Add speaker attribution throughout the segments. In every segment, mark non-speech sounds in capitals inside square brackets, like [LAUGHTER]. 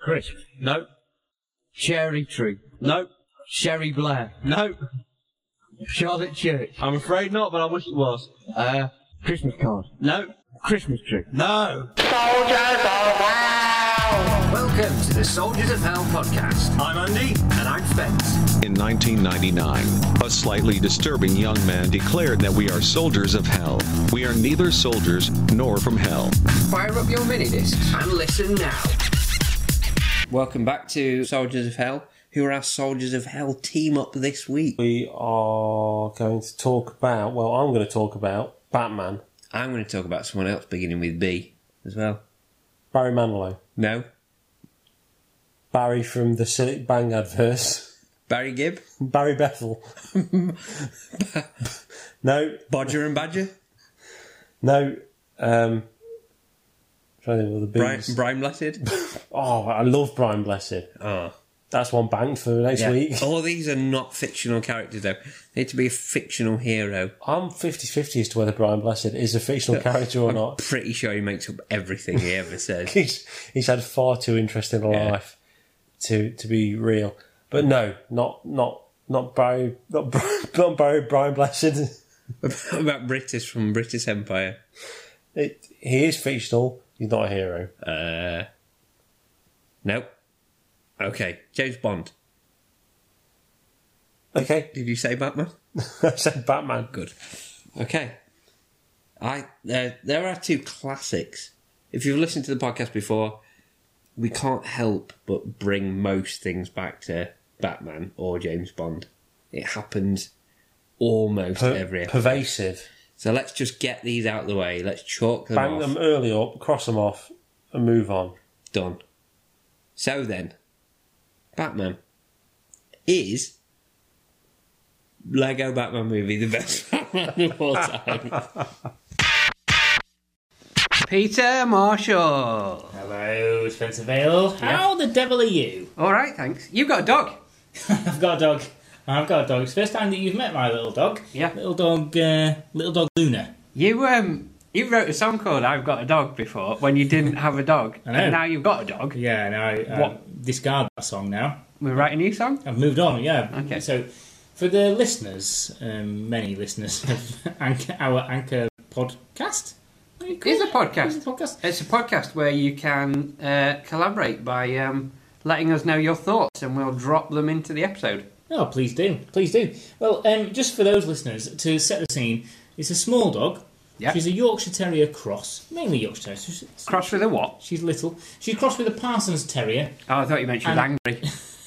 Speaker 1: Crisp.
Speaker 2: No.
Speaker 1: Cherry Tree.
Speaker 2: No.
Speaker 1: Sherry Blair.
Speaker 2: No.
Speaker 1: Charlotte Church.
Speaker 2: I'm afraid not, but I wish it was.
Speaker 1: Uh, Christmas card.
Speaker 2: No.
Speaker 1: Christmas tree.
Speaker 2: No.
Speaker 3: Welcome to the Soldiers of Hell podcast. I'm Andy. And I'm Spence.
Speaker 4: In 1999, a slightly disturbing young man declared that we are soldiers of hell. We are neither soldiers nor from hell.
Speaker 3: Fire up your mini discs and listen now.
Speaker 5: Welcome back to Soldiers of Hell. Who are our Soldiers of Hell team up this week?
Speaker 6: We are going to talk about, well, I'm going to talk about Batman,
Speaker 5: I'm going to talk about someone else beginning with B as well.
Speaker 6: Barry Manilow.
Speaker 5: No?
Speaker 6: Barry from the Silk Bang adverse. [LAUGHS]
Speaker 5: Barry Gibb?
Speaker 6: Barry Bethel. [LAUGHS] no,
Speaker 5: Bodger and Badger?
Speaker 6: no. Um, trying to think of the
Speaker 5: Brian,
Speaker 6: bees.
Speaker 5: Brian Blessed?
Speaker 6: oh, I love Brian Blessed. Ah,
Speaker 5: Oh,
Speaker 6: That's one bang for next
Speaker 5: yeah. Oh,
Speaker 6: week.
Speaker 5: All these are not fictional characters, though. They need to be a fictional hero.
Speaker 6: I'm 50 50 as to whether Brian Blessed is a fictional character or
Speaker 5: I'm [LAUGHS]
Speaker 6: not. [LAUGHS]
Speaker 5: pretty sure he makes up everything he ever says. [LAUGHS]
Speaker 6: He's, he's had far too interesting a
Speaker 5: Yeah.
Speaker 6: life to, to be real. But no, not not not Barry, not, Brian- [LAUGHS] not Barry, Brian Blessed. [LAUGHS]
Speaker 5: about British from British Empire.
Speaker 6: It, he is fictional. He's not a hero.
Speaker 5: Uh, no. Okay, James Bond.
Speaker 6: Okay, [LAUGHS]
Speaker 5: Did you say Batman?
Speaker 6: I said Batman.
Speaker 5: Good. Okay. I there there are two classics. If you've listened to the podcast before, we can't help but bring most things back to Batman or James Bond. It happens almost
Speaker 6: Per-
Speaker 5: every episode.
Speaker 6: pervasive.
Speaker 5: So let's just get these out of the way. Let's chalk them
Speaker 6: Bang
Speaker 5: off.
Speaker 6: them early up, cross them off, and move on.
Speaker 5: Done. So then, Batman is Lego Batman movie the best [LAUGHS] Batman of all time. Peter Marshall.
Speaker 7: Hello, Spencer Vale. How the devil are you?
Speaker 5: All right, thanks. You've got a dog.
Speaker 7: I've got a dog. I've got a dog. It's the first time that you've met my little dog.
Speaker 5: Yeah.
Speaker 7: Little dog, uh, little dog Luna.
Speaker 5: You um, you wrote a song called "I've Got a Dog" before when you didn't have a dog,
Speaker 7: I know.
Speaker 5: and now you've got a dog.
Speaker 7: Yeah, now I uh,
Speaker 5: What?
Speaker 7: discard that song now.
Speaker 5: We write a new song.
Speaker 7: I've moved on, yeah.
Speaker 5: Okay.
Speaker 7: So, for the listeners, um, many listeners of [LAUGHS] Anchor, our Anchor podcast. What do you call
Speaker 5: It's a
Speaker 7: it?
Speaker 5: podcast.
Speaker 7: It's a podcast.
Speaker 5: It's a podcast where you can uh, collaborate by um, letting us know your thoughts, and we'll drop them into the episode.
Speaker 7: Oh, please do, please do. Well, um, just for those listeners to set the scene, it's a small dog.
Speaker 5: Yeah.
Speaker 7: She's a Yorkshire Terrier cross, mainly Yorkshire Terrier. so she's-
Speaker 5: Cross with a what?
Speaker 7: She's little. She's crossed with a Parsons Terrier.
Speaker 5: Oh, I thought you meant she was
Speaker 7: And-
Speaker 5: angry.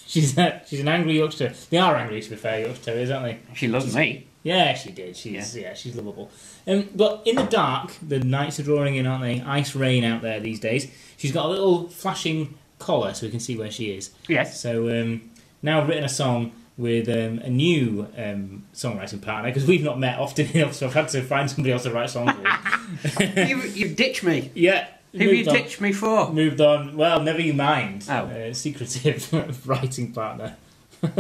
Speaker 7: She's a, she's an angry Yorkshire. They are angry, to be fair, Yorkshire Terriers, aren't they?
Speaker 5: She loves me.
Speaker 7: Yeah, she did. She's yeah, she's lovable. Um, but in the dark, the nights are drawing in, aren't they? Ice rain out there these days. She's got a little flashing collar, so we can see where she is.
Speaker 5: Yes.
Speaker 7: So um, now I've written a song with um, a new um, songwriting partner because we've not met often [LAUGHS] enough, so I've had to find somebody else to write songs
Speaker 5: [LAUGHS]
Speaker 7: with.
Speaker 5: you, you've
Speaker 7: [LAUGHS]
Speaker 5: ditched me.
Speaker 7: Yeah.
Speaker 5: Who have you
Speaker 7: moved on.
Speaker 5: ditched
Speaker 7: [LAUGHS]
Speaker 5: me for?
Speaker 7: Moved on. Well, never you mind.
Speaker 5: Oh.
Speaker 7: Uh, secretive [LAUGHS] writing partner. don't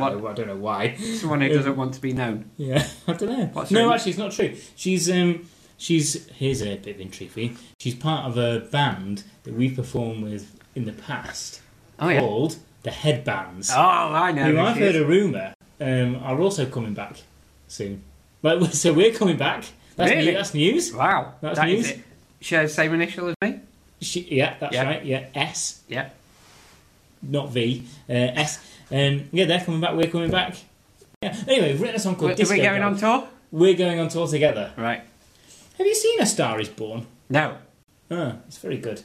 Speaker 5: What-
Speaker 7: know, I don't know why.
Speaker 5: Someone who doesn't want to be known.
Speaker 7: Yeah, [LAUGHS] I don't know.
Speaker 5: What's
Speaker 7: no,
Speaker 5: her-
Speaker 7: actually, it's not true. She's um, she's here's a bit of intrigue for you. She's part of a band that we performed with in the past
Speaker 5: Oh, yeah. Oh,
Speaker 7: called the Headbands,
Speaker 5: I know.
Speaker 7: who
Speaker 5: who
Speaker 7: I've
Speaker 5: she is.
Speaker 7: heard a rumor um, are also coming back soon. Like, [LAUGHS] so we're coming back. That's
Speaker 5: Really?
Speaker 7: new, that's news.
Speaker 5: Wow.
Speaker 7: That's
Speaker 5: that is
Speaker 7: news.
Speaker 5: it. Shares same initial as me?
Speaker 7: She, yeah, that's
Speaker 5: Yeah.
Speaker 7: right. Yeah, S,
Speaker 5: Yeah.
Speaker 7: not V. Uh, S. Um, yeah, they're coming back. We're coming back. Yeah. Anyway, we've written a song
Speaker 5: Are
Speaker 7: called
Speaker 5: we
Speaker 7: Disco
Speaker 5: going on
Speaker 7: Dog.
Speaker 5: tour?
Speaker 7: We're going on tour together.
Speaker 5: Right.
Speaker 7: Have you seen A Star Is Born?
Speaker 5: No.
Speaker 7: Ah, it's very good.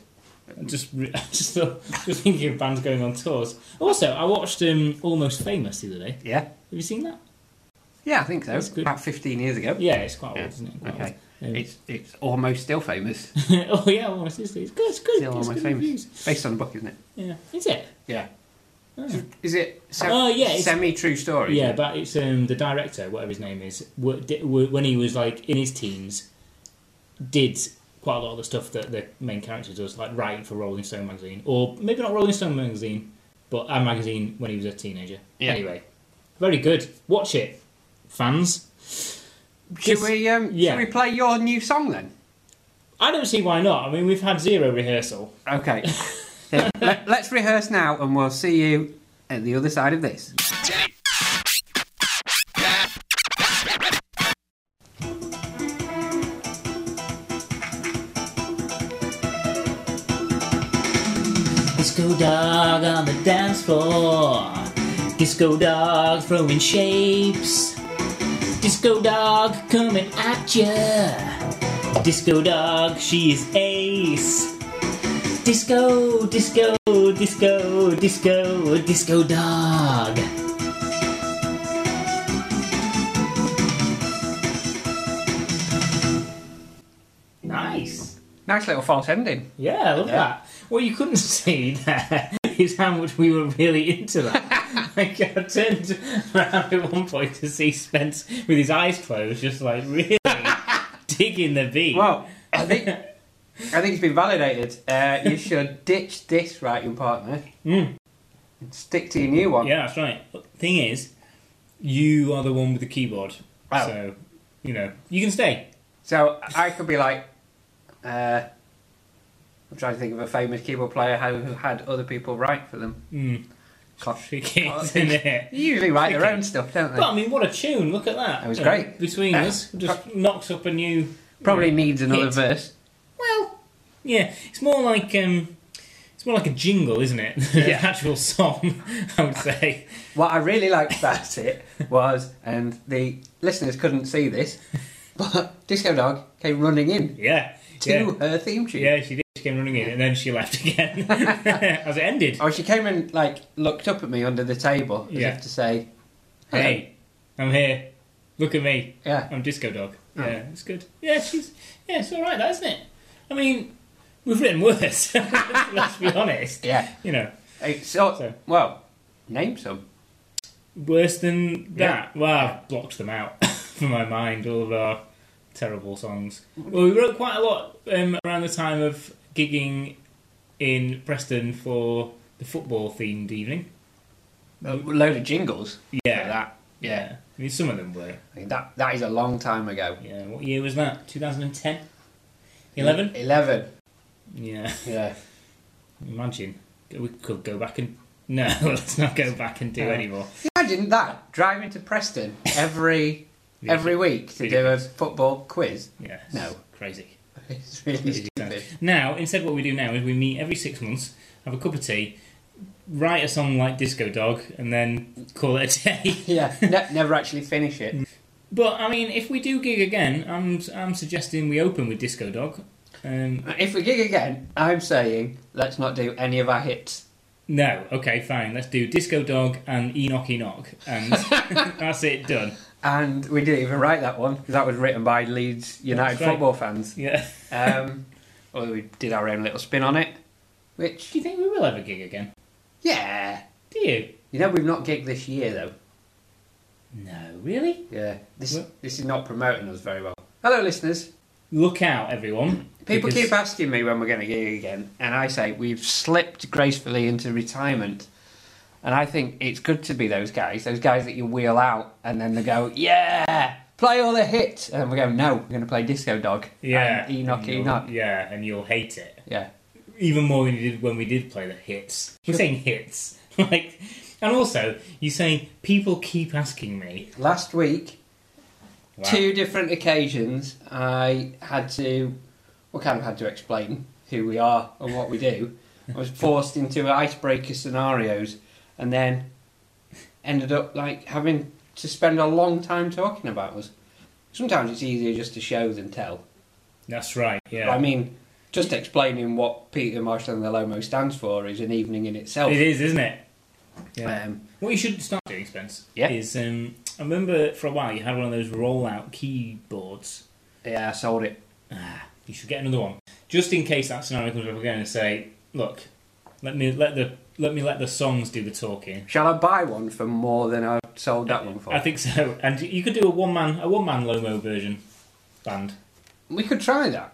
Speaker 7: I just, re- [LAUGHS] I just, thought, just thinking of bands going on tours. Also, I watched um, Almost Famous the other day. Have
Speaker 5: Yeah.
Speaker 7: you seen that?
Speaker 5: Yeah, I think so.
Speaker 7: That's good.
Speaker 5: About 15 years ago.
Speaker 7: Yeah, it's quite old, isn't it? Quite
Speaker 5: Okay.
Speaker 7: old. Um,
Speaker 5: It's, it's almost still famous.
Speaker 7: [LAUGHS] oh yeah, almost. It's, it's good. It's good.
Speaker 5: Still
Speaker 7: it's
Speaker 5: almost
Speaker 7: good
Speaker 5: famous.
Speaker 7: reviews.
Speaker 5: Based on a book, isn't it?
Speaker 7: Yeah, is it?
Speaker 5: Yeah. Is it se-
Speaker 7: Oh, yeah, it's-
Speaker 5: semi true story?
Speaker 7: Yeah, but it's um, the director, whatever his name is, wa- di- wa- when he was like in his teens, did quite a lot of the stuff that the main character does, like writing for Rolling Stone magazine, or maybe not Rolling Stone magazine, but a magazine when he was a teenager.
Speaker 5: Yeah.
Speaker 7: Anyway, very good. Watch it, fans.
Speaker 5: Should we, um,
Speaker 7: yeah.
Speaker 5: should we play your new song then?
Speaker 7: [LAUGHS] I don't see why not. I mean, we've had zero rehearsal.
Speaker 5: Okay.
Speaker 8: Let, let's rehearse now, and we'll see you at the other side of this.
Speaker 7: Disco dog on the dance floor. Disco dog throwing shapes. Disco dog coming at ya. Disco dog, she is ace. Disco, disco, disco, disco, disco dog. Nice.
Speaker 8: Nice little false ending.
Speaker 7: Yeah, I love that. What you couldn't [LAUGHS] see there is how much we were really into
Speaker 8: [LAUGHS]
Speaker 7: that. like, I turned around at one point to see Spence with his eyes closed, just like
Speaker 8: [LAUGHS]
Speaker 7: really digging the beat.
Speaker 8: Well,
Speaker 7: [LAUGHS]
Speaker 8: I think I think it's been validated. Uh, you should ditch this writing partner.
Speaker 7: Hmm.
Speaker 8: And stick to your new one.
Speaker 7: yeah, that's right. Thing is, you are the one with the keyboard.
Speaker 8: Oh.
Speaker 7: So, you know, you can stay.
Speaker 8: So I could be like, uh, I'm trying to think of a famous keyboard player who who had other people write for them.
Speaker 7: Tricky,
Speaker 8: Oh,
Speaker 7: isn't it?
Speaker 8: They usually write their own stuff, don't they?
Speaker 7: Well, I mean, what a tune! Look at that.
Speaker 8: That was
Speaker 7: You know,
Speaker 8: great.
Speaker 7: Between
Speaker 8: Yeah.
Speaker 7: us, just knocks up a new
Speaker 8: Probably needs another
Speaker 7: Hit.
Speaker 8: verse.
Speaker 7: Well, yeah, it's more like um, it's more like a jingle, isn't it? [LAUGHS] Than an actual song, [LAUGHS] I would say.
Speaker 8: What I really liked about it was, and the listeners couldn't see this, [LAUGHS] but Disco Dog came running in
Speaker 7: Yeah,
Speaker 8: to
Speaker 7: yeah,
Speaker 8: her theme tune.
Speaker 7: yeah. She did. She came running in, and then she left
Speaker 8: [LAUGHS]
Speaker 7: again [LAUGHS] as it ended.
Speaker 8: Oh, she came and like looked up at me under the table as
Speaker 7: Yeah.
Speaker 8: if to say, hello.
Speaker 7: Hey, I'm here. Look at me.
Speaker 8: Oh, Yeah. Oh.
Speaker 7: I'm Disco Dog. Yeah, it's good. Yeah, she's yeah, it's all right, that, isn't it? I mean, we've written worse. [LAUGHS] Let's be honest.
Speaker 8: Yeah.
Speaker 7: you know,
Speaker 8: Hey, so,
Speaker 7: So-
Speaker 8: well, name some.
Speaker 7: worse than that. Well, I've blocked them out [LAUGHS] from my mind, all of our terrible songs. Well, we wrote quite a lot um, around the time of gigging in Preston for the football themed evening.
Speaker 8: A load of jingles.
Speaker 7: Yeah.
Speaker 8: that. Yeah.
Speaker 7: I mean, some of them were.
Speaker 8: I mean, that, that is a long time ago.
Speaker 7: Yeah, what year was that? 2010? 11?
Speaker 8: 11.
Speaker 7: Yeah,
Speaker 8: Yeah.
Speaker 7: imagine. We could go back and. No, [LAUGHS] let's not go back and do anymore.
Speaker 8: Imagine that. Driving to Preston every every week to do a football quiz. [LAUGHS]
Speaker 7: Yeah.
Speaker 8: No.
Speaker 7: Crazy.
Speaker 8: It's really stupid.
Speaker 7: Now, instead, what we do now is we meet every six months, have a cup of tea, write a song like Disco Dog, and then call it a day. [LAUGHS]
Speaker 8: Yeah. Ne- never actually finish it.
Speaker 7: but I mean, if we do gig again, I'm I'm suggesting we open with Disco Dog. Um,
Speaker 8: If we gig again, I'm saying let's not do any of our hits.
Speaker 7: no, okay, fine. Let's do Disco Dog and Enoch Enoch, and [LAUGHS] that's it done.
Speaker 8: And we didn't even write that one because that was written by Leeds United
Speaker 7: That's right.
Speaker 8: football fans.
Speaker 7: Yeah.
Speaker 8: Um, [LAUGHS] well, we did our own little spin on it, which
Speaker 7: Do you think we will ever gig again?
Speaker 8: yeah,
Speaker 7: Do you?
Speaker 8: you know we've not gigged this year though.
Speaker 7: No, really.
Speaker 8: Yeah, this
Speaker 7: Well-
Speaker 8: this is not promoting us very well. Hello, listeners.
Speaker 7: Look out, everyone.
Speaker 8: People
Speaker 7: because-
Speaker 8: keep asking me when we're going to gig again, and I say we've slipped gracefully into retirement. And I think it's good to be those guys, those guys that you wheel out, and then they go, "Yeah, play all the hits," and then we go, "No, we're going to play Disco Dog."
Speaker 7: Yeah.
Speaker 8: and Enoch,
Speaker 7: and you'll-
Speaker 8: Enoch.
Speaker 7: Yeah, and you'll hate it.
Speaker 8: Yeah,
Speaker 7: even more than you did when we did play the hits. We're saying hits, [LAUGHS] like, and also you saying people keep asking me.
Speaker 8: last week
Speaker 7: Wow.
Speaker 8: two different occasions I had to, well, kind of had to explain who we are and what we do. I
Speaker 7: [LAUGHS]
Speaker 8: was forced into icebreaker scenarios and then ended up like having to spend a long time talking about us. Sometimes it's easier just to show than tell.
Speaker 7: That's right. Yeah,
Speaker 8: I mean, just explaining what Peter Marshall and the Lomo stands for is an evening in itself.
Speaker 7: it is, isn't it? Yeah.
Speaker 8: Um,
Speaker 7: What you should start doing, Spence,
Speaker 8: Yeah.
Speaker 7: is um, I remember for a while you had one of those roll-out keyboards. Ah,
Speaker 8: yeah, I sold it.
Speaker 7: You should get another one, just in case that scenario comes up again and say, look, let me let the let me let the songs do the talking.
Speaker 8: Shall I buy one for more than I sold that one for?
Speaker 7: I think so, and you could do a one man a one man Lomo version band.
Speaker 8: We could try that.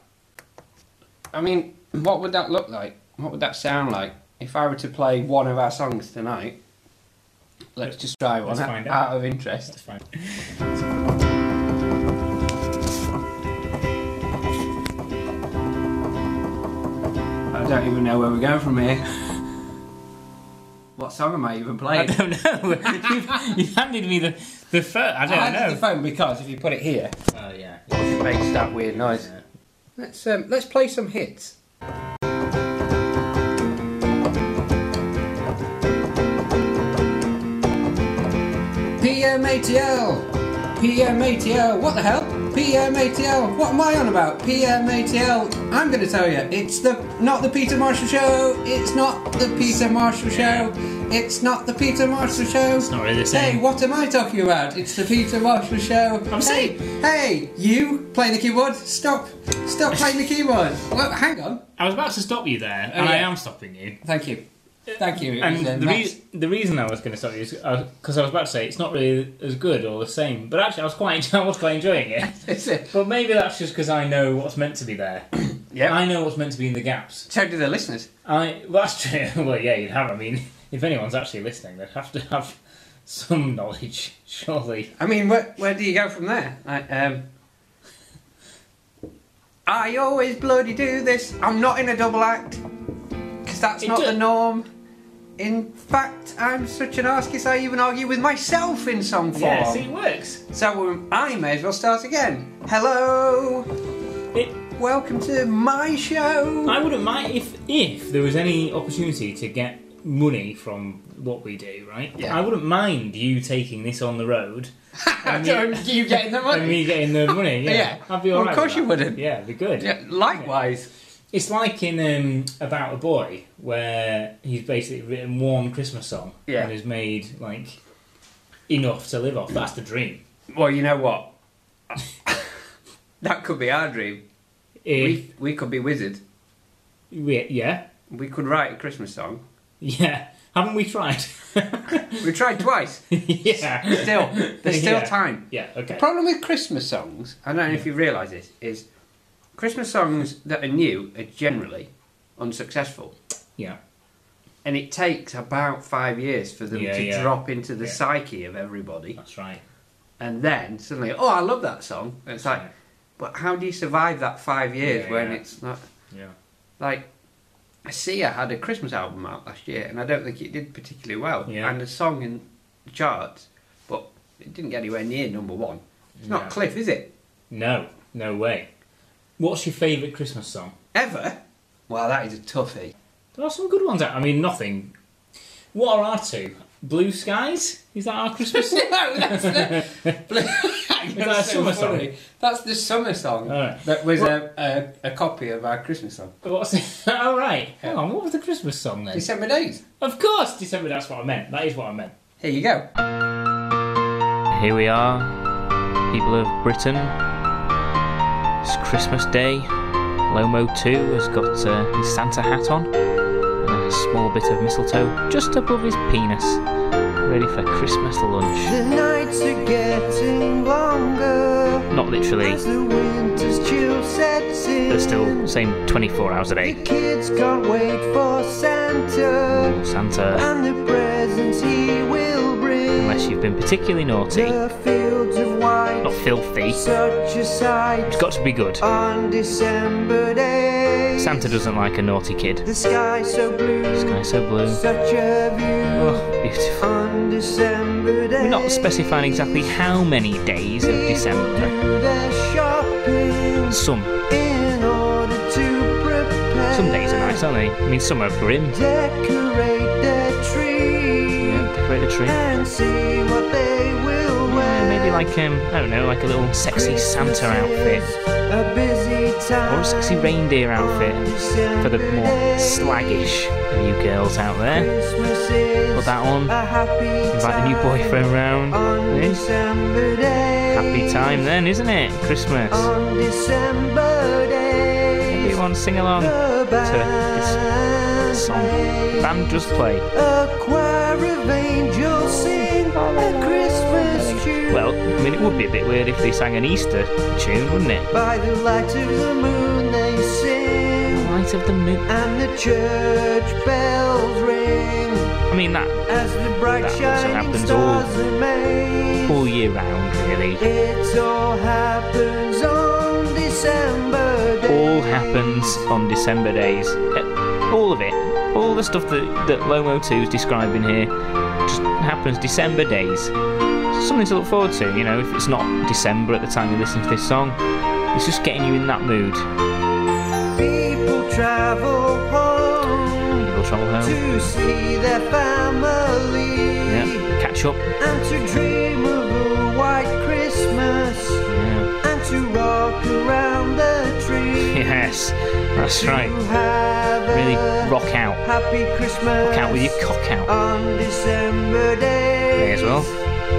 Speaker 8: I mean, what would that look like? What would that sound like? If I were to play one of our songs tonight, let's just try one
Speaker 7: Let's
Speaker 8: out,
Speaker 7: find out.
Speaker 8: of interest.
Speaker 7: That's fine.
Speaker 8: I don't even know where we're going from here. What song am I even
Speaker 7: I
Speaker 8: playing?
Speaker 7: don't know. [LAUGHS] you handed me the the phone. I don't
Speaker 8: had
Speaker 7: know.
Speaker 8: the phone because if you put it here,
Speaker 7: Oh yeah.
Speaker 8: it makes that weird noise.
Speaker 7: Yeah.
Speaker 8: Let's um, let's play some hits. PMATL, PMATL. What the hell? PMATL. What am I on about? PMATL. I'm going to tell you. It's the not the Peter Marshall show. It's not the Peter Marshall show. It's not the Peter Marshall show. It's
Speaker 7: not really the
Speaker 8: Hey,
Speaker 7: same.
Speaker 8: what am I talking about? It's the Peter Marshall show.
Speaker 7: I'm
Speaker 8: hey, hey, you playing the keyboard? Stop, stop playing the keyboard. Well, hang on.
Speaker 7: I was about to stop you there,
Speaker 8: Oh,
Speaker 7: and I
Speaker 8: yeah.
Speaker 7: am stopping you.
Speaker 8: Thank you, thank you. It was, uh,
Speaker 7: And the,
Speaker 8: nice.
Speaker 7: rea- the reason I was going to stop you is because I was about to say it's not really as good or the same, but actually I was quite [LAUGHS] I was quite enjoying it.
Speaker 8: It's it.
Speaker 7: But maybe that's just because I know what's meant to be there.
Speaker 8: Yep.
Speaker 7: I know what's meant to be in the gaps.
Speaker 8: So do the listeners.
Speaker 7: I well, that's true. [LAUGHS] well, yeah, you'd have. I mean, [LAUGHS] if anyone's actually listening, they'd have to have some [LAUGHS] knowledge, surely.
Speaker 8: I mean, where, where do you go from there? I, um, I always bloody do this. I'm not in a double act because that's
Speaker 7: It
Speaker 8: not
Speaker 7: do-
Speaker 8: the norm. In fact, I'm such an arse kiss I even argue with myself in some form.
Speaker 7: Yeah, see, it works.
Speaker 8: So um, I may as well start again. Hello,
Speaker 7: It,
Speaker 8: welcome to my show.
Speaker 7: I wouldn't mind if if there was any opportunity to get money from what we do, right?
Speaker 8: Yeah.
Speaker 7: I wouldn't mind you taking this on the road
Speaker 8: I don't you getting the
Speaker 7: and me getting the
Speaker 8: [LAUGHS]
Speaker 7: money. Yeah,
Speaker 8: Uh, Yeah.
Speaker 7: I'd be
Speaker 8: Well,
Speaker 7: all
Speaker 8: of
Speaker 7: right.
Speaker 8: course
Speaker 7: with
Speaker 8: you
Speaker 7: that.
Speaker 8: wouldn't.
Speaker 7: Yeah, it'd be good.
Speaker 8: Yeah, likewise.
Speaker 7: It's like in um, About a Boy, where he's basically written one Christmas song
Speaker 8: Yeah.
Speaker 7: and has made like enough to live off. That's the dream.
Speaker 8: Well, you know what? [LAUGHS] that could be our dream.
Speaker 7: If
Speaker 8: We, we could be wizard.
Speaker 7: we, yeah,
Speaker 8: We could write a Christmas song.
Speaker 7: yeah, haven't we tried? [LAUGHS]
Speaker 8: We tried twice.
Speaker 7: yeah,
Speaker 8: Still, there's still
Speaker 7: [LAUGHS] Yeah.
Speaker 8: time.
Speaker 7: yeah, okay.
Speaker 8: The problem with Christmas songs, I don't know if you realise this, is Christmas songs that are new are generally unsuccessful.
Speaker 7: yeah,
Speaker 8: And it takes about five years for them
Speaker 7: Yeah,
Speaker 8: to
Speaker 7: yeah.
Speaker 8: drop into the
Speaker 7: Yeah.
Speaker 8: psyche of everybody.
Speaker 7: that's right.
Speaker 8: And then suddenly, oh, I love that song. And it's like,
Speaker 7: Yeah.
Speaker 8: but how do you survive that five years
Speaker 7: Yeah,
Speaker 8: when
Speaker 7: yeah.
Speaker 8: it's not.
Speaker 7: Yeah.
Speaker 8: Like, Sia had a Christmas album out last year, and I don't think it did particularly well.
Speaker 7: Yeah.
Speaker 8: And the song in the charts, but it didn't get anywhere near number one. It's not
Speaker 7: No.
Speaker 8: Cliff, is it?
Speaker 7: No, no way. What's your favourite Christmas song?
Speaker 8: Ever? Well, that is a toughie.
Speaker 7: There are some good ones out. I mean, nothing. What are our two? Blue Skies? Is that our
Speaker 8: [LAUGHS]
Speaker 7: Christmas song?
Speaker 8: [LAUGHS] no, that's the.
Speaker 7: [LAUGHS] that a summer
Speaker 8: song? That's the summer song
Speaker 7: Alright.
Speaker 8: that was a, a, a copy of our Christmas song.
Speaker 7: What's... [LAUGHS] All right. Hang on. What was the Christmas song then?
Speaker 8: December Days.
Speaker 7: Of course, December. That's what I meant. That is what I meant.
Speaker 8: Here you go.
Speaker 7: Oh,
Speaker 9: Here we are, people of Britain. It's Christmas Day. Lomo 2 has got uh, his Santa hat on and a small bit of mistletoe just above his penis, ready for Christmas lunch.
Speaker 10: The nights are getting longer
Speaker 9: Not literally,
Speaker 10: as the winter's chill sets in.
Speaker 9: but still, same 24 hours a
Speaker 10: the
Speaker 9: day.
Speaker 10: kids can't wait for Santa
Speaker 9: Santa,
Speaker 10: and the presents he will bring.
Speaker 9: unless you've been particularly naughty,
Speaker 10: the fields of white,
Speaker 9: not filthy, it's
Speaker 10: such a sight
Speaker 9: got to be good.
Speaker 10: on December day.
Speaker 9: Santa doesn't like a naughty kid.
Speaker 10: The sky so blue,
Speaker 9: Sky so blue.
Speaker 10: such a view
Speaker 9: Oh, beautiful.
Speaker 10: on December day.
Speaker 9: We're not specifying exactly how many days of
Speaker 10: People
Speaker 9: December.
Speaker 10: do their shopping.
Speaker 9: Some
Speaker 10: in order to prepare.
Speaker 9: some days are nice, aren't they? I mean, some are grim.
Speaker 10: Decorate their tree
Speaker 9: Yeah, decorate the tree.
Speaker 10: and see what they will wear.
Speaker 9: Yeah, maybe like um, I don't know, like a little sexy Santa outfit
Speaker 10: Christmas is A busy time.
Speaker 9: or a sexy reindeer outfit for the more slaggish of you girls out there.
Speaker 10: Christmas is
Speaker 9: Put that on.
Speaker 10: A happy
Speaker 9: Invite the new boyfriend round.
Speaker 10: On
Speaker 9: eh?
Speaker 10: December day.
Speaker 9: Happy time then, isn't it? Christmas.
Speaker 10: On December day.
Speaker 9: Everyone sing along to this song. The band just play.
Speaker 10: A choir of angels sing a Christmas tune.
Speaker 9: Well, I mean, it would be a bit weird if they sang an Easter tune, wouldn't it?
Speaker 10: by the light of the moon they sing,
Speaker 9: Light of the moon.
Speaker 10: and the church bells ring
Speaker 9: I mean, that
Speaker 10: as the bright
Speaker 9: That also
Speaker 10: shining
Speaker 9: happens
Speaker 10: stars
Speaker 9: all-
Speaker 10: are made.
Speaker 9: all year round, really.
Speaker 10: It all happens on December day.
Speaker 9: all happens on December days. Uh, All of it. all the stuff that, that Lomo 2 is describing here just happens December days. Something to look forward to, you know, if it's not December at the time you listen to this song. It's just getting you in that mood.
Speaker 10: People travel home
Speaker 9: People travel home.
Speaker 10: to see their family
Speaker 9: Yeah. Catch up.
Speaker 10: and to dream of a white Christmas
Speaker 9: Yeah. [LAUGHS]
Speaker 10: and to rock around the tree.
Speaker 9: Yes. That's right.
Speaker 10: To have
Speaker 9: Really
Speaker 10: a
Speaker 9: rock out.
Speaker 10: Happy Christmas.
Speaker 9: Rock out with your cock out.
Speaker 10: on December day.
Speaker 9: May as well.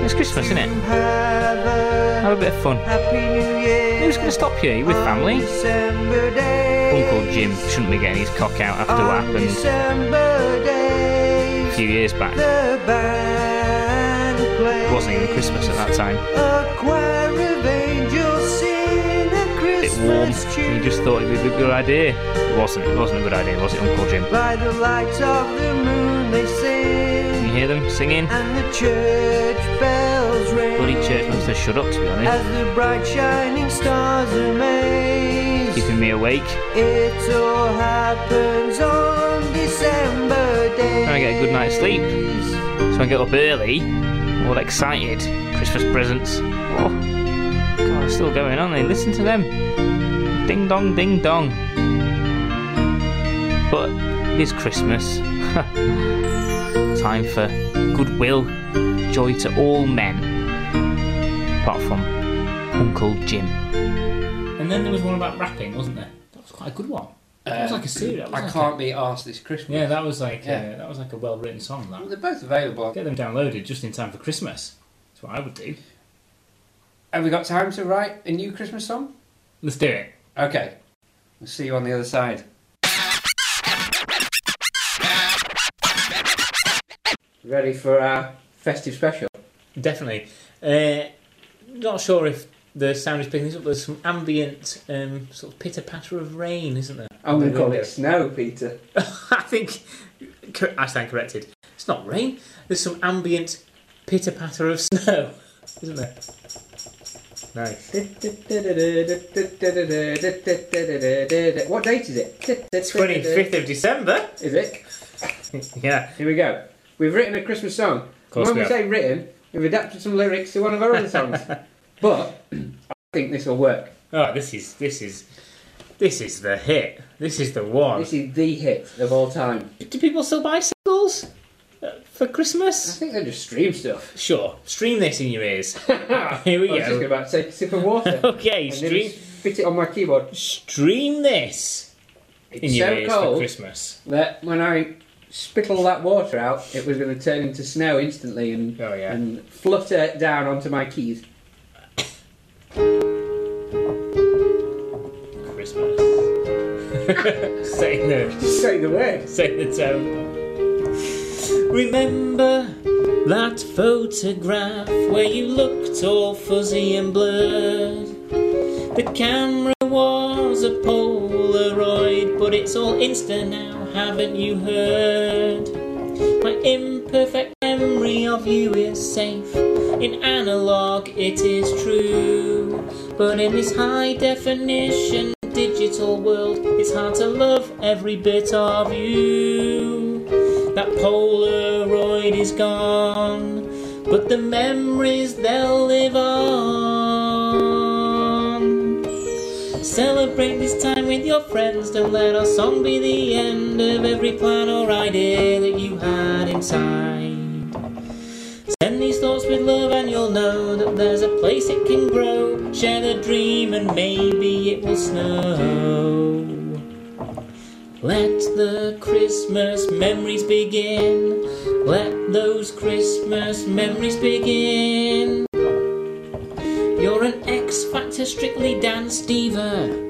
Speaker 9: It's Christmas, isn't it?
Speaker 10: Have a
Speaker 9: Have a bit of fun.
Speaker 10: happy New Year.
Speaker 9: Who's going to stop you? You with
Speaker 10: on
Speaker 9: family?
Speaker 10: December day.
Speaker 9: Uncle Jim shouldn't be getting his cock out after what
Speaker 10: on
Speaker 9: happened
Speaker 10: December
Speaker 9: a
Speaker 10: day.
Speaker 9: few years back.
Speaker 10: The band plays.
Speaker 9: It wasn't even Christmas at that time.
Speaker 10: A choir of angels sing a
Speaker 9: A bit warm.
Speaker 10: Christmas tune.
Speaker 9: You just thought it would be a good idea. It wasn't. It wasn't a good idea, was it, Uncle Jim?
Speaker 10: By the lights of the moon they
Speaker 9: You
Speaker 10: sing,
Speaker 9: hear them singing?
Speaker 10: and the church bells ring.
Speaker 9: Bloody church must have shut up, to be honest.
Speaker 10: As the bright shining stars amaze,
Speaker 9: Keeping me awake.
Speaker 10: it all happens on December days.
Speaker 9: Trying to get a good night's sleep. So I get up early, all excited. Christmas presents. Oh, God, it's still going on. They listen to them. Ding dong, ding dong. But it's Christmas. [LAUGHS] Time for goodwill, joy to all men, apart from Uncle Jim.
Speaker 7: And then there was one about rapping, wasn't there? That was quite a good one. That was like a series. That was
Speaker 8: Um, I
Speaker 7: like
Speaker 8: can't be asked this
Speaker 7: A,
Speaker 8: Christmas.
Speaker 7: yeah, that was like
Speaker 8: Yeah.
Speaker 7: Uh, that was like a well written song. That
Speaker 8: They're both available.
Speaker 7: get them downloaded just in time for Christmas. That's what I would do.
Speaker 8: Have we got time to write a new Christmas song?
Speaker 7: Let's do it.
Speaker 8: Okay. We'll see you on the other side. Ready for our festive special?
Speaker 7: Definitely. Uh, not sure if the sound is picking this up. There's some ambient um, sort of pitter patter of rain, isn't there? [LAUGHS]
Speaker 8: I'm going to
Speaker 7: There
Speaker 8: call
Speaker 7: we
Speaker 8: it snow, Peter.
Speaker 7: I think cor- I stand corrected. It's not rain. There's some ambient pitter patter of [LAUGHS] snow, isn't there? Nice.
Speaker 8: What date is it?
Speaker 7: 25th of December. [LAUGHS]
Speaker 8: Is it?
Speaker 7: Yeah.
Speaker 8: Here we go. We've written a Christmas song.
Speaker 7: course
Speaker 8: when
Speaker 7: we have.
Speaker 8: we, say written, we've adapted some lyrics to one of our
Speaker 7: [LAUGHS]
Speaker 8: other songs. But I think this will work.
Speaker 7: Oh, this is this is this is the hit. This is the one.
Speaker 8: This is the hit of all time.
Speaker 7: Do people still buy singles uh, for
Speaker 8: I
Speaker 7: Christmas?
Speaker 8: think they just stream stuff.
Speaker 7: Sure. Stream this in your ears.
Speaker 8: [LAUGHS]
Speaker 7: Oh, Here we
Speaker 8: I was just
Speaker 7: go.
Speaker 8: about to take a sip of
Speaker 7: [LAUGHS]
Speaker 8: water.
Speaker 7: Okay,
Speaker 8: and
Speaker 7: stream
Speaker 8: then spit it on my keyboard.
Speaker 7: stream this in
Speaker 8: It's
Speaker 7: your
Speaker 8: so
Speaker 7: ears for
Speaker 8: cold
Speaker 7: Christmas.
Speaker 8: that when I spit all that water out, it was going to turn into snow instantly and,
Speaker 7: Oh, yeah.
Speaker 8: and flutter down onto my keys.
Speaker 7: Christmas. [LAUGHS] Say no.
Speaker 8: Just say the
Speaker 7: [LAUGHS]
Speaker 8: word.
Speaker 7: Say the tone. Remember that photograph where you looked all fuzzy and blurred? The camera was a Polaroid, but it's all Insta now, haven't you heard? My imperfect memory of you is safe. In analog, it is true. But in this high definition digital world, it's hard to love every bit of you. That Polaroid is gone, but the memories they'll live on. Celebrate this time with your friends. Don't let our song be the end of every plan or idea that you had inside. Send these thoughts with love, and you'll know that there's a place it can grow. Share the dream, and maybe it will snow. Let the Christmas memories begin. Let those Christmas memories begin. You're an X Factor Strictly Dance diva.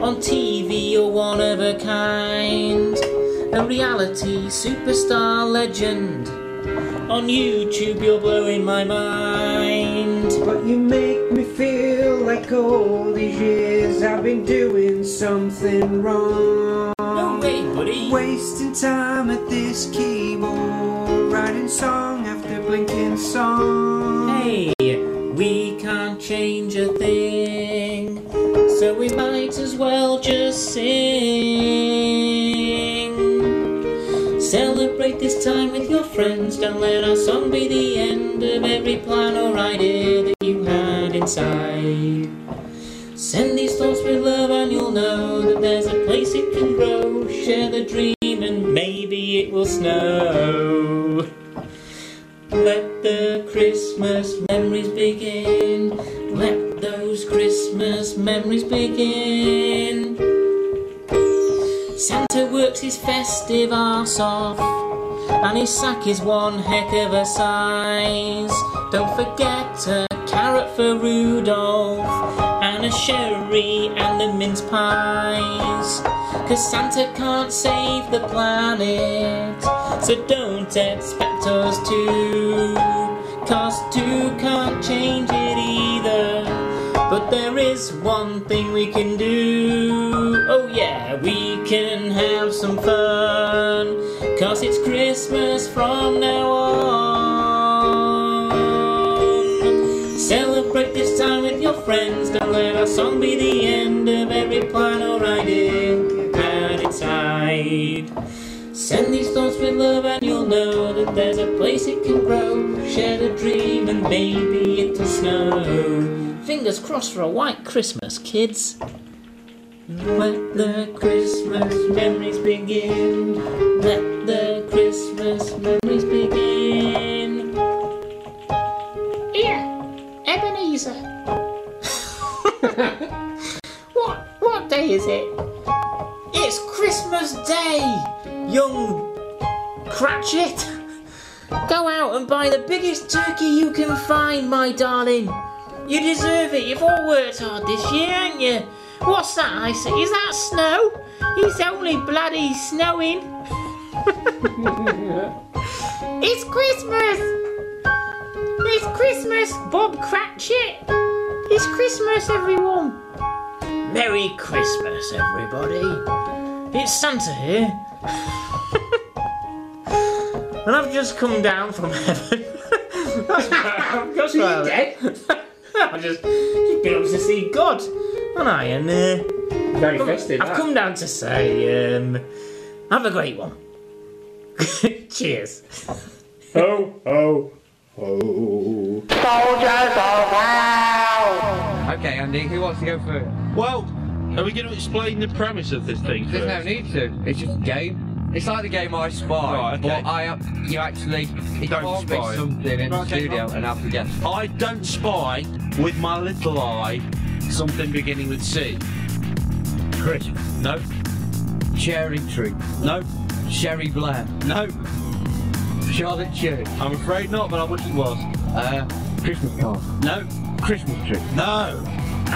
Speaker 7: On TV, you're one of a kind. A reality superstar legend. On YouTube, you're blowing my mind.
Speaker 10: But you make me feel like all these years I've been doing something wrong.
Speaker 7: No way, buddy.
Speaker 10: Wasting time at this keyboard, writing song after blinking song.
Speaker 7: Hey, we can't change a thing, so we might as well just sing.
Speaker 11: your friends. Don't let our song be the end of every plan or idea that you had inside. Send these thoughts with love, and you'll know that there's a place it can grow. Share the dream, and maybe it will snow. Let the Christmas memories begin. Let those Christmas memories begin. Santa works his festive arse off, and his sack is one heck of a size. Don't forget a carrot for Rudolph, and a sherry and the mince pies. Cause Santa can't save the planet, so don't expect us to. Cause two can't change it either. But there is one thing we can do. Oh, yeah, we can have some fun. Cause it's Christmas from now on. Celebrate this time with your friends. Don't let our song be the end of every plan or idea had inside. Send these thoughts with love, and you'll know that there's a place it can grow. Share the dream, and maybe it'll snow. Fingers crossed for a white Christmas, kids. Let the Christmas memories begin. Let the Christmas memories begin. Here, Ebenezer. [LAUGHS] what what day is it? It's Christmas Day, young Cratchit. Go out and buy the biggest turkey you can find, my darling. You deserve it. You've all worked hard this year, haven't you? What's that? I say, is that snow? It's only bloody snowing. [LAUGHS] it's Christmas. It's Christmas, Bob Cratchit. It's Christmas, everyone. Merry Christmas, everybody. It's Santa here. and I've just come down from heaven. That's right. That's
Speaker 7: Are you
Speaker 11: right.
Speaker 7: [LAUGHS]
Speaker 11: I've just, just been up to see God, haven't I? And uh,
Speaker 7: Very
Speaker 11: I've-
Speaker 7: festive,
Speaker 11: I've
Speaker 7: that.
Speaker 11: come down to say, um, have a great one. [LAUGHS] Cheers.
Speaker 6: Ho, ho, ho.
Speaker 1: Okay, Andy, who wants to go first?
Speaker 2: Well, are we going to explain the premise of this thing?
Speaker 1: There's no
Speaker 2: first?
Speaker 1: need to. It's just a game. It's like the game I spy,
Speaker 2: Right, okay.
Speaker 1: but I you actually it
Speaker 2: Don't
Speaker 1: can't
Speaker 2: spy.
Speaker 1: be something in the
Speaker 2: Okay,
Speaker 1: studio
Speaker 2: right.
Speaker 1: and have to guess.
Speaker 2: I don't spy with my little eye something beginning with C.
Speaker 1: Chris,
Speaker 2: No,
Speaker 1: Cherry Tree,
Speaker 2: no,
Speaker 1: Sherry Blair,
Speaker 2: no.
Speaker 1: Charlotte Church,
Speaker 2: I'm afraid not, but I wish it was.
Speaker 1: uh, Christmas card,
Speaker 2: No,
Speaker 1: Christmas tree,
Speaker 2: no,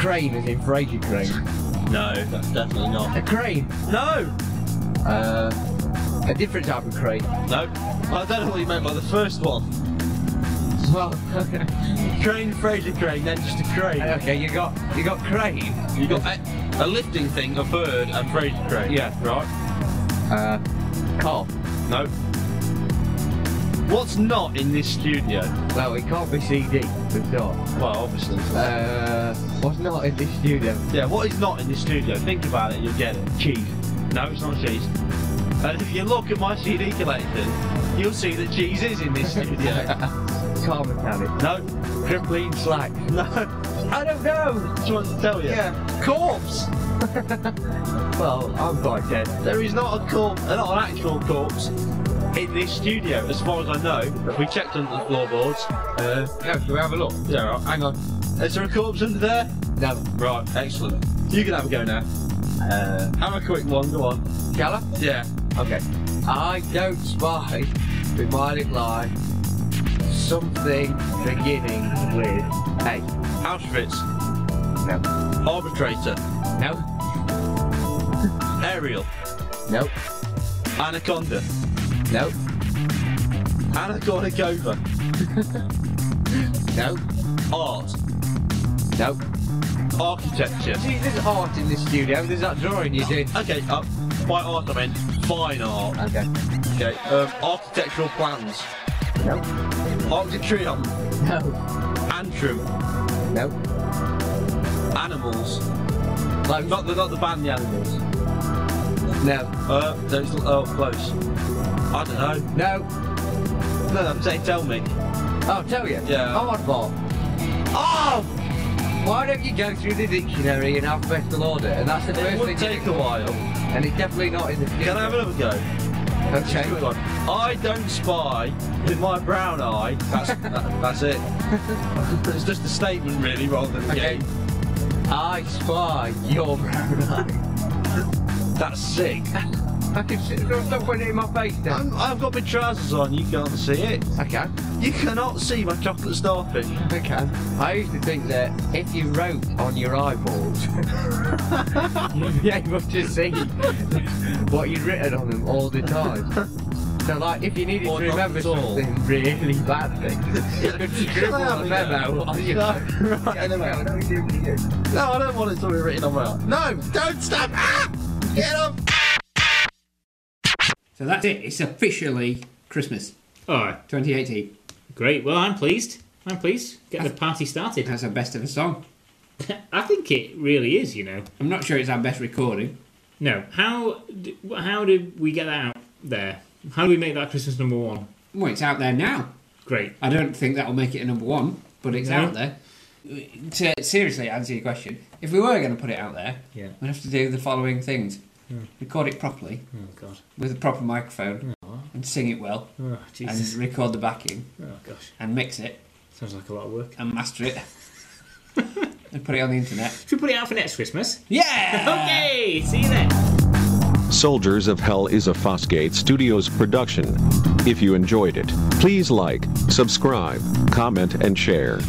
Speaker 1: crane is in Fraser Crane,
Speaker 2: no. That's definitely not.
Speaker 1: a crane,
Speaker 2: No,
Speaker 1: uh, a different type of crane.
Speaker 2: no. I don't know what you meant by the first one.
Speaker 1: Well, okay,
Speaker 2: Crane, Fraser crane, then just a
Speaker 1: [LAUGHS]
Speaker 2: crane.
Speaker 1: okay, you got you got crane,
Speaker 2: You got a, a lifting thing, a bird, and Fraser crane.
Speaker 1: Yeah.
Speaker 2: right.
Speaker 1: uh, car.
Speaker 2: No. What's not in this studio?
Speaker 1: Well, it can't be CD for sure.
Speaker 2: Well, obviously.
Speaker 1: Uh, what's not in this studio?
Speaker 2: Yeah, what is not in the studio? Think about it, you'll get it.
Speaker 1: Cheese.
Speaker 2: No, it's not cheese. And if you look at my CD collection, you'll see that cheese is in this studio.
Speaker 1: Car mechanic.
Speaker 2: no,
Speaker 1: Crippling slack.
Speaker 2: [LAUGHS] no. I don't know. Just wanted to tell you.
Speaker 1: Yeah.
Speaker 2: Corpse.
Speaker 1: Well, I'm quite dead.
Speaker 2: There is not a corpse, not an actual corpse in this studio, as far as I know. We checked under the floorboards. Uh,
Speaker 1: Yeah, can we have a look?
Speaker 2: yeah, right, hang on. Is there a corpse under there?
Speaker 1: No.
Speaker 2: Right, excellent. You can have a go now. Uh, have a quick one, go on.
Speaker 1: Shall I?
Speaker 2: Yeah.
Speaker 1: Okay. I don't spy with my little eye something beginning with A.
Speaker 2: Auschwitz,
Speaker 1: No.
Speaker 2: arbitrator,
Speaker 1: No.
Speaker 2: aerial,
Speaker 1: No.
Speaker 2: anaconda,
Speaker 1: No.
Speaker 2: anaconda cova,
Speaker 1: No.
Speaker 2: art,
Speaker 1: No.
Speaker 2: architecture.
Speaker 1: See, there's art in this studio. There's that drawing you did.
Speaker 2: Okay, uh, by art I meant fine art.
Speaker 1: Okay.
Speaker 2: Okay, um, architectural plans,
Speaker 1: No.
Speaker 2: Arc de Triomphe,
Speaker 1: No.
Speaker 2: Antrim,
Speaker 1: No.
Speaker 2: animals.
Speaker 1: Close.
Speaker 2: Not the, not the band, the animals.
Speaker 1: No.
Speaker 2: Uh, those, oh, close. I don't know.
Speaker 1: No.
Speaker 2: No, I'm saying tell me.
Speaker 1: I'll tell you.
Speaker 2: Yeah.
Speaker 1: I want more.
Speaker 2: Oh!
Speaker 1: Why don't you go through the dictionary in alphabetical order? And that's the
Speaker 2: It
Speaker 1: first
Speaker 2: would
Speaker 1: thing.
Speaker 2: take a while.
Speaker 1: And it's definitely not in the future.
Speaker 2: Can I have another go?
Speaker 1: Okay.
Speaker 2: Quick one. I don't spy with my brown eye. That's, [LAUGHS] that- that's it. it's just a statement, really, rather than a game.
Speaker 1: I spy your [LAUGHS] brown eye.
Speaker 2: That's sick.
Speaker 1: I can see. Don't stop putting it in my face then.
Speaker 2: I'm, I've got my trousers on, you can't see it.
Speaker 1: I can.
Speaker 2: You cannot see my chocolate starfish.
Speaker 1: I can. I used to think that if you wrote on your [LAUGHS] eyeballs, yeah, you must just see what you'd written on them all the time. So, like, if you needed
Speaker 2: Or
Speaker 1: to
Speaker 2: not
Speaker 1: remember
Speaker 2: at all.
Speaker 1: something really badly, you
Speaker 2: [LAUGHS]
Speaker 1: could scribble a
Speaker 2: Can I have a
Speaker 1: memo on
Speaker 2: [LAUGHS]
Speaker 1: your
Speaker 2: go? Right,
Speaker 1: Yeah,
Speaker 2: anyway.
Speaker 1: well, don't do it to you.
Speaker 2: No, I don't want it to be written on my. No, don't stop! Ah! Get up!
Speaker 8: So that's it. It's officially Christmas
Speaker 7: All right,
Speaker 8: 2018.
Speaker 7: great. Well, I'm pleased. I'm pleased. Get the party started.
Speaker 8: That's our best of a song.
Speaker 7: I think it really is. You know.
Speaker 8: I'm not sure it's our best recording.
Speaker 7: No. How? d- How did we get that out there? How do we make that Christmas number one?
Speaker 8: Well, it's out there now.
Speaker 7: Great.
Speaker 8: I don't think that'll make it a number one, but it's
Speaker 7: No.
Speaker 8: out there. To seriously answer your question, if we were going to put it out there,
Speaker 7: Yeah. Hmm.
Speaker 8: we'd have to do the following things: record it properly
Speaker 7: Oh God.
Speaker 8: with a proper microphone, and sing it well,
Speaker 7: Oh Jesus.
Speaker 8: and record the backing,
Speaker 7: Oh gosh.
Speaker 8: and mix it,
Speaker 7: Sounds like a lot of work.
Speaker 8: and master it, [LAUGHS] and put it on the internet.
Speaker 7: Should we put it out for next Christmas?
Speaker 8: Yeah.
Speaker 7: [LAUGHS] Okay. See you then.
Speaker 9: Soldiers of Hell is a Fosgate Studios production. If you enjoyed it, please like, subscribe, comment, and share.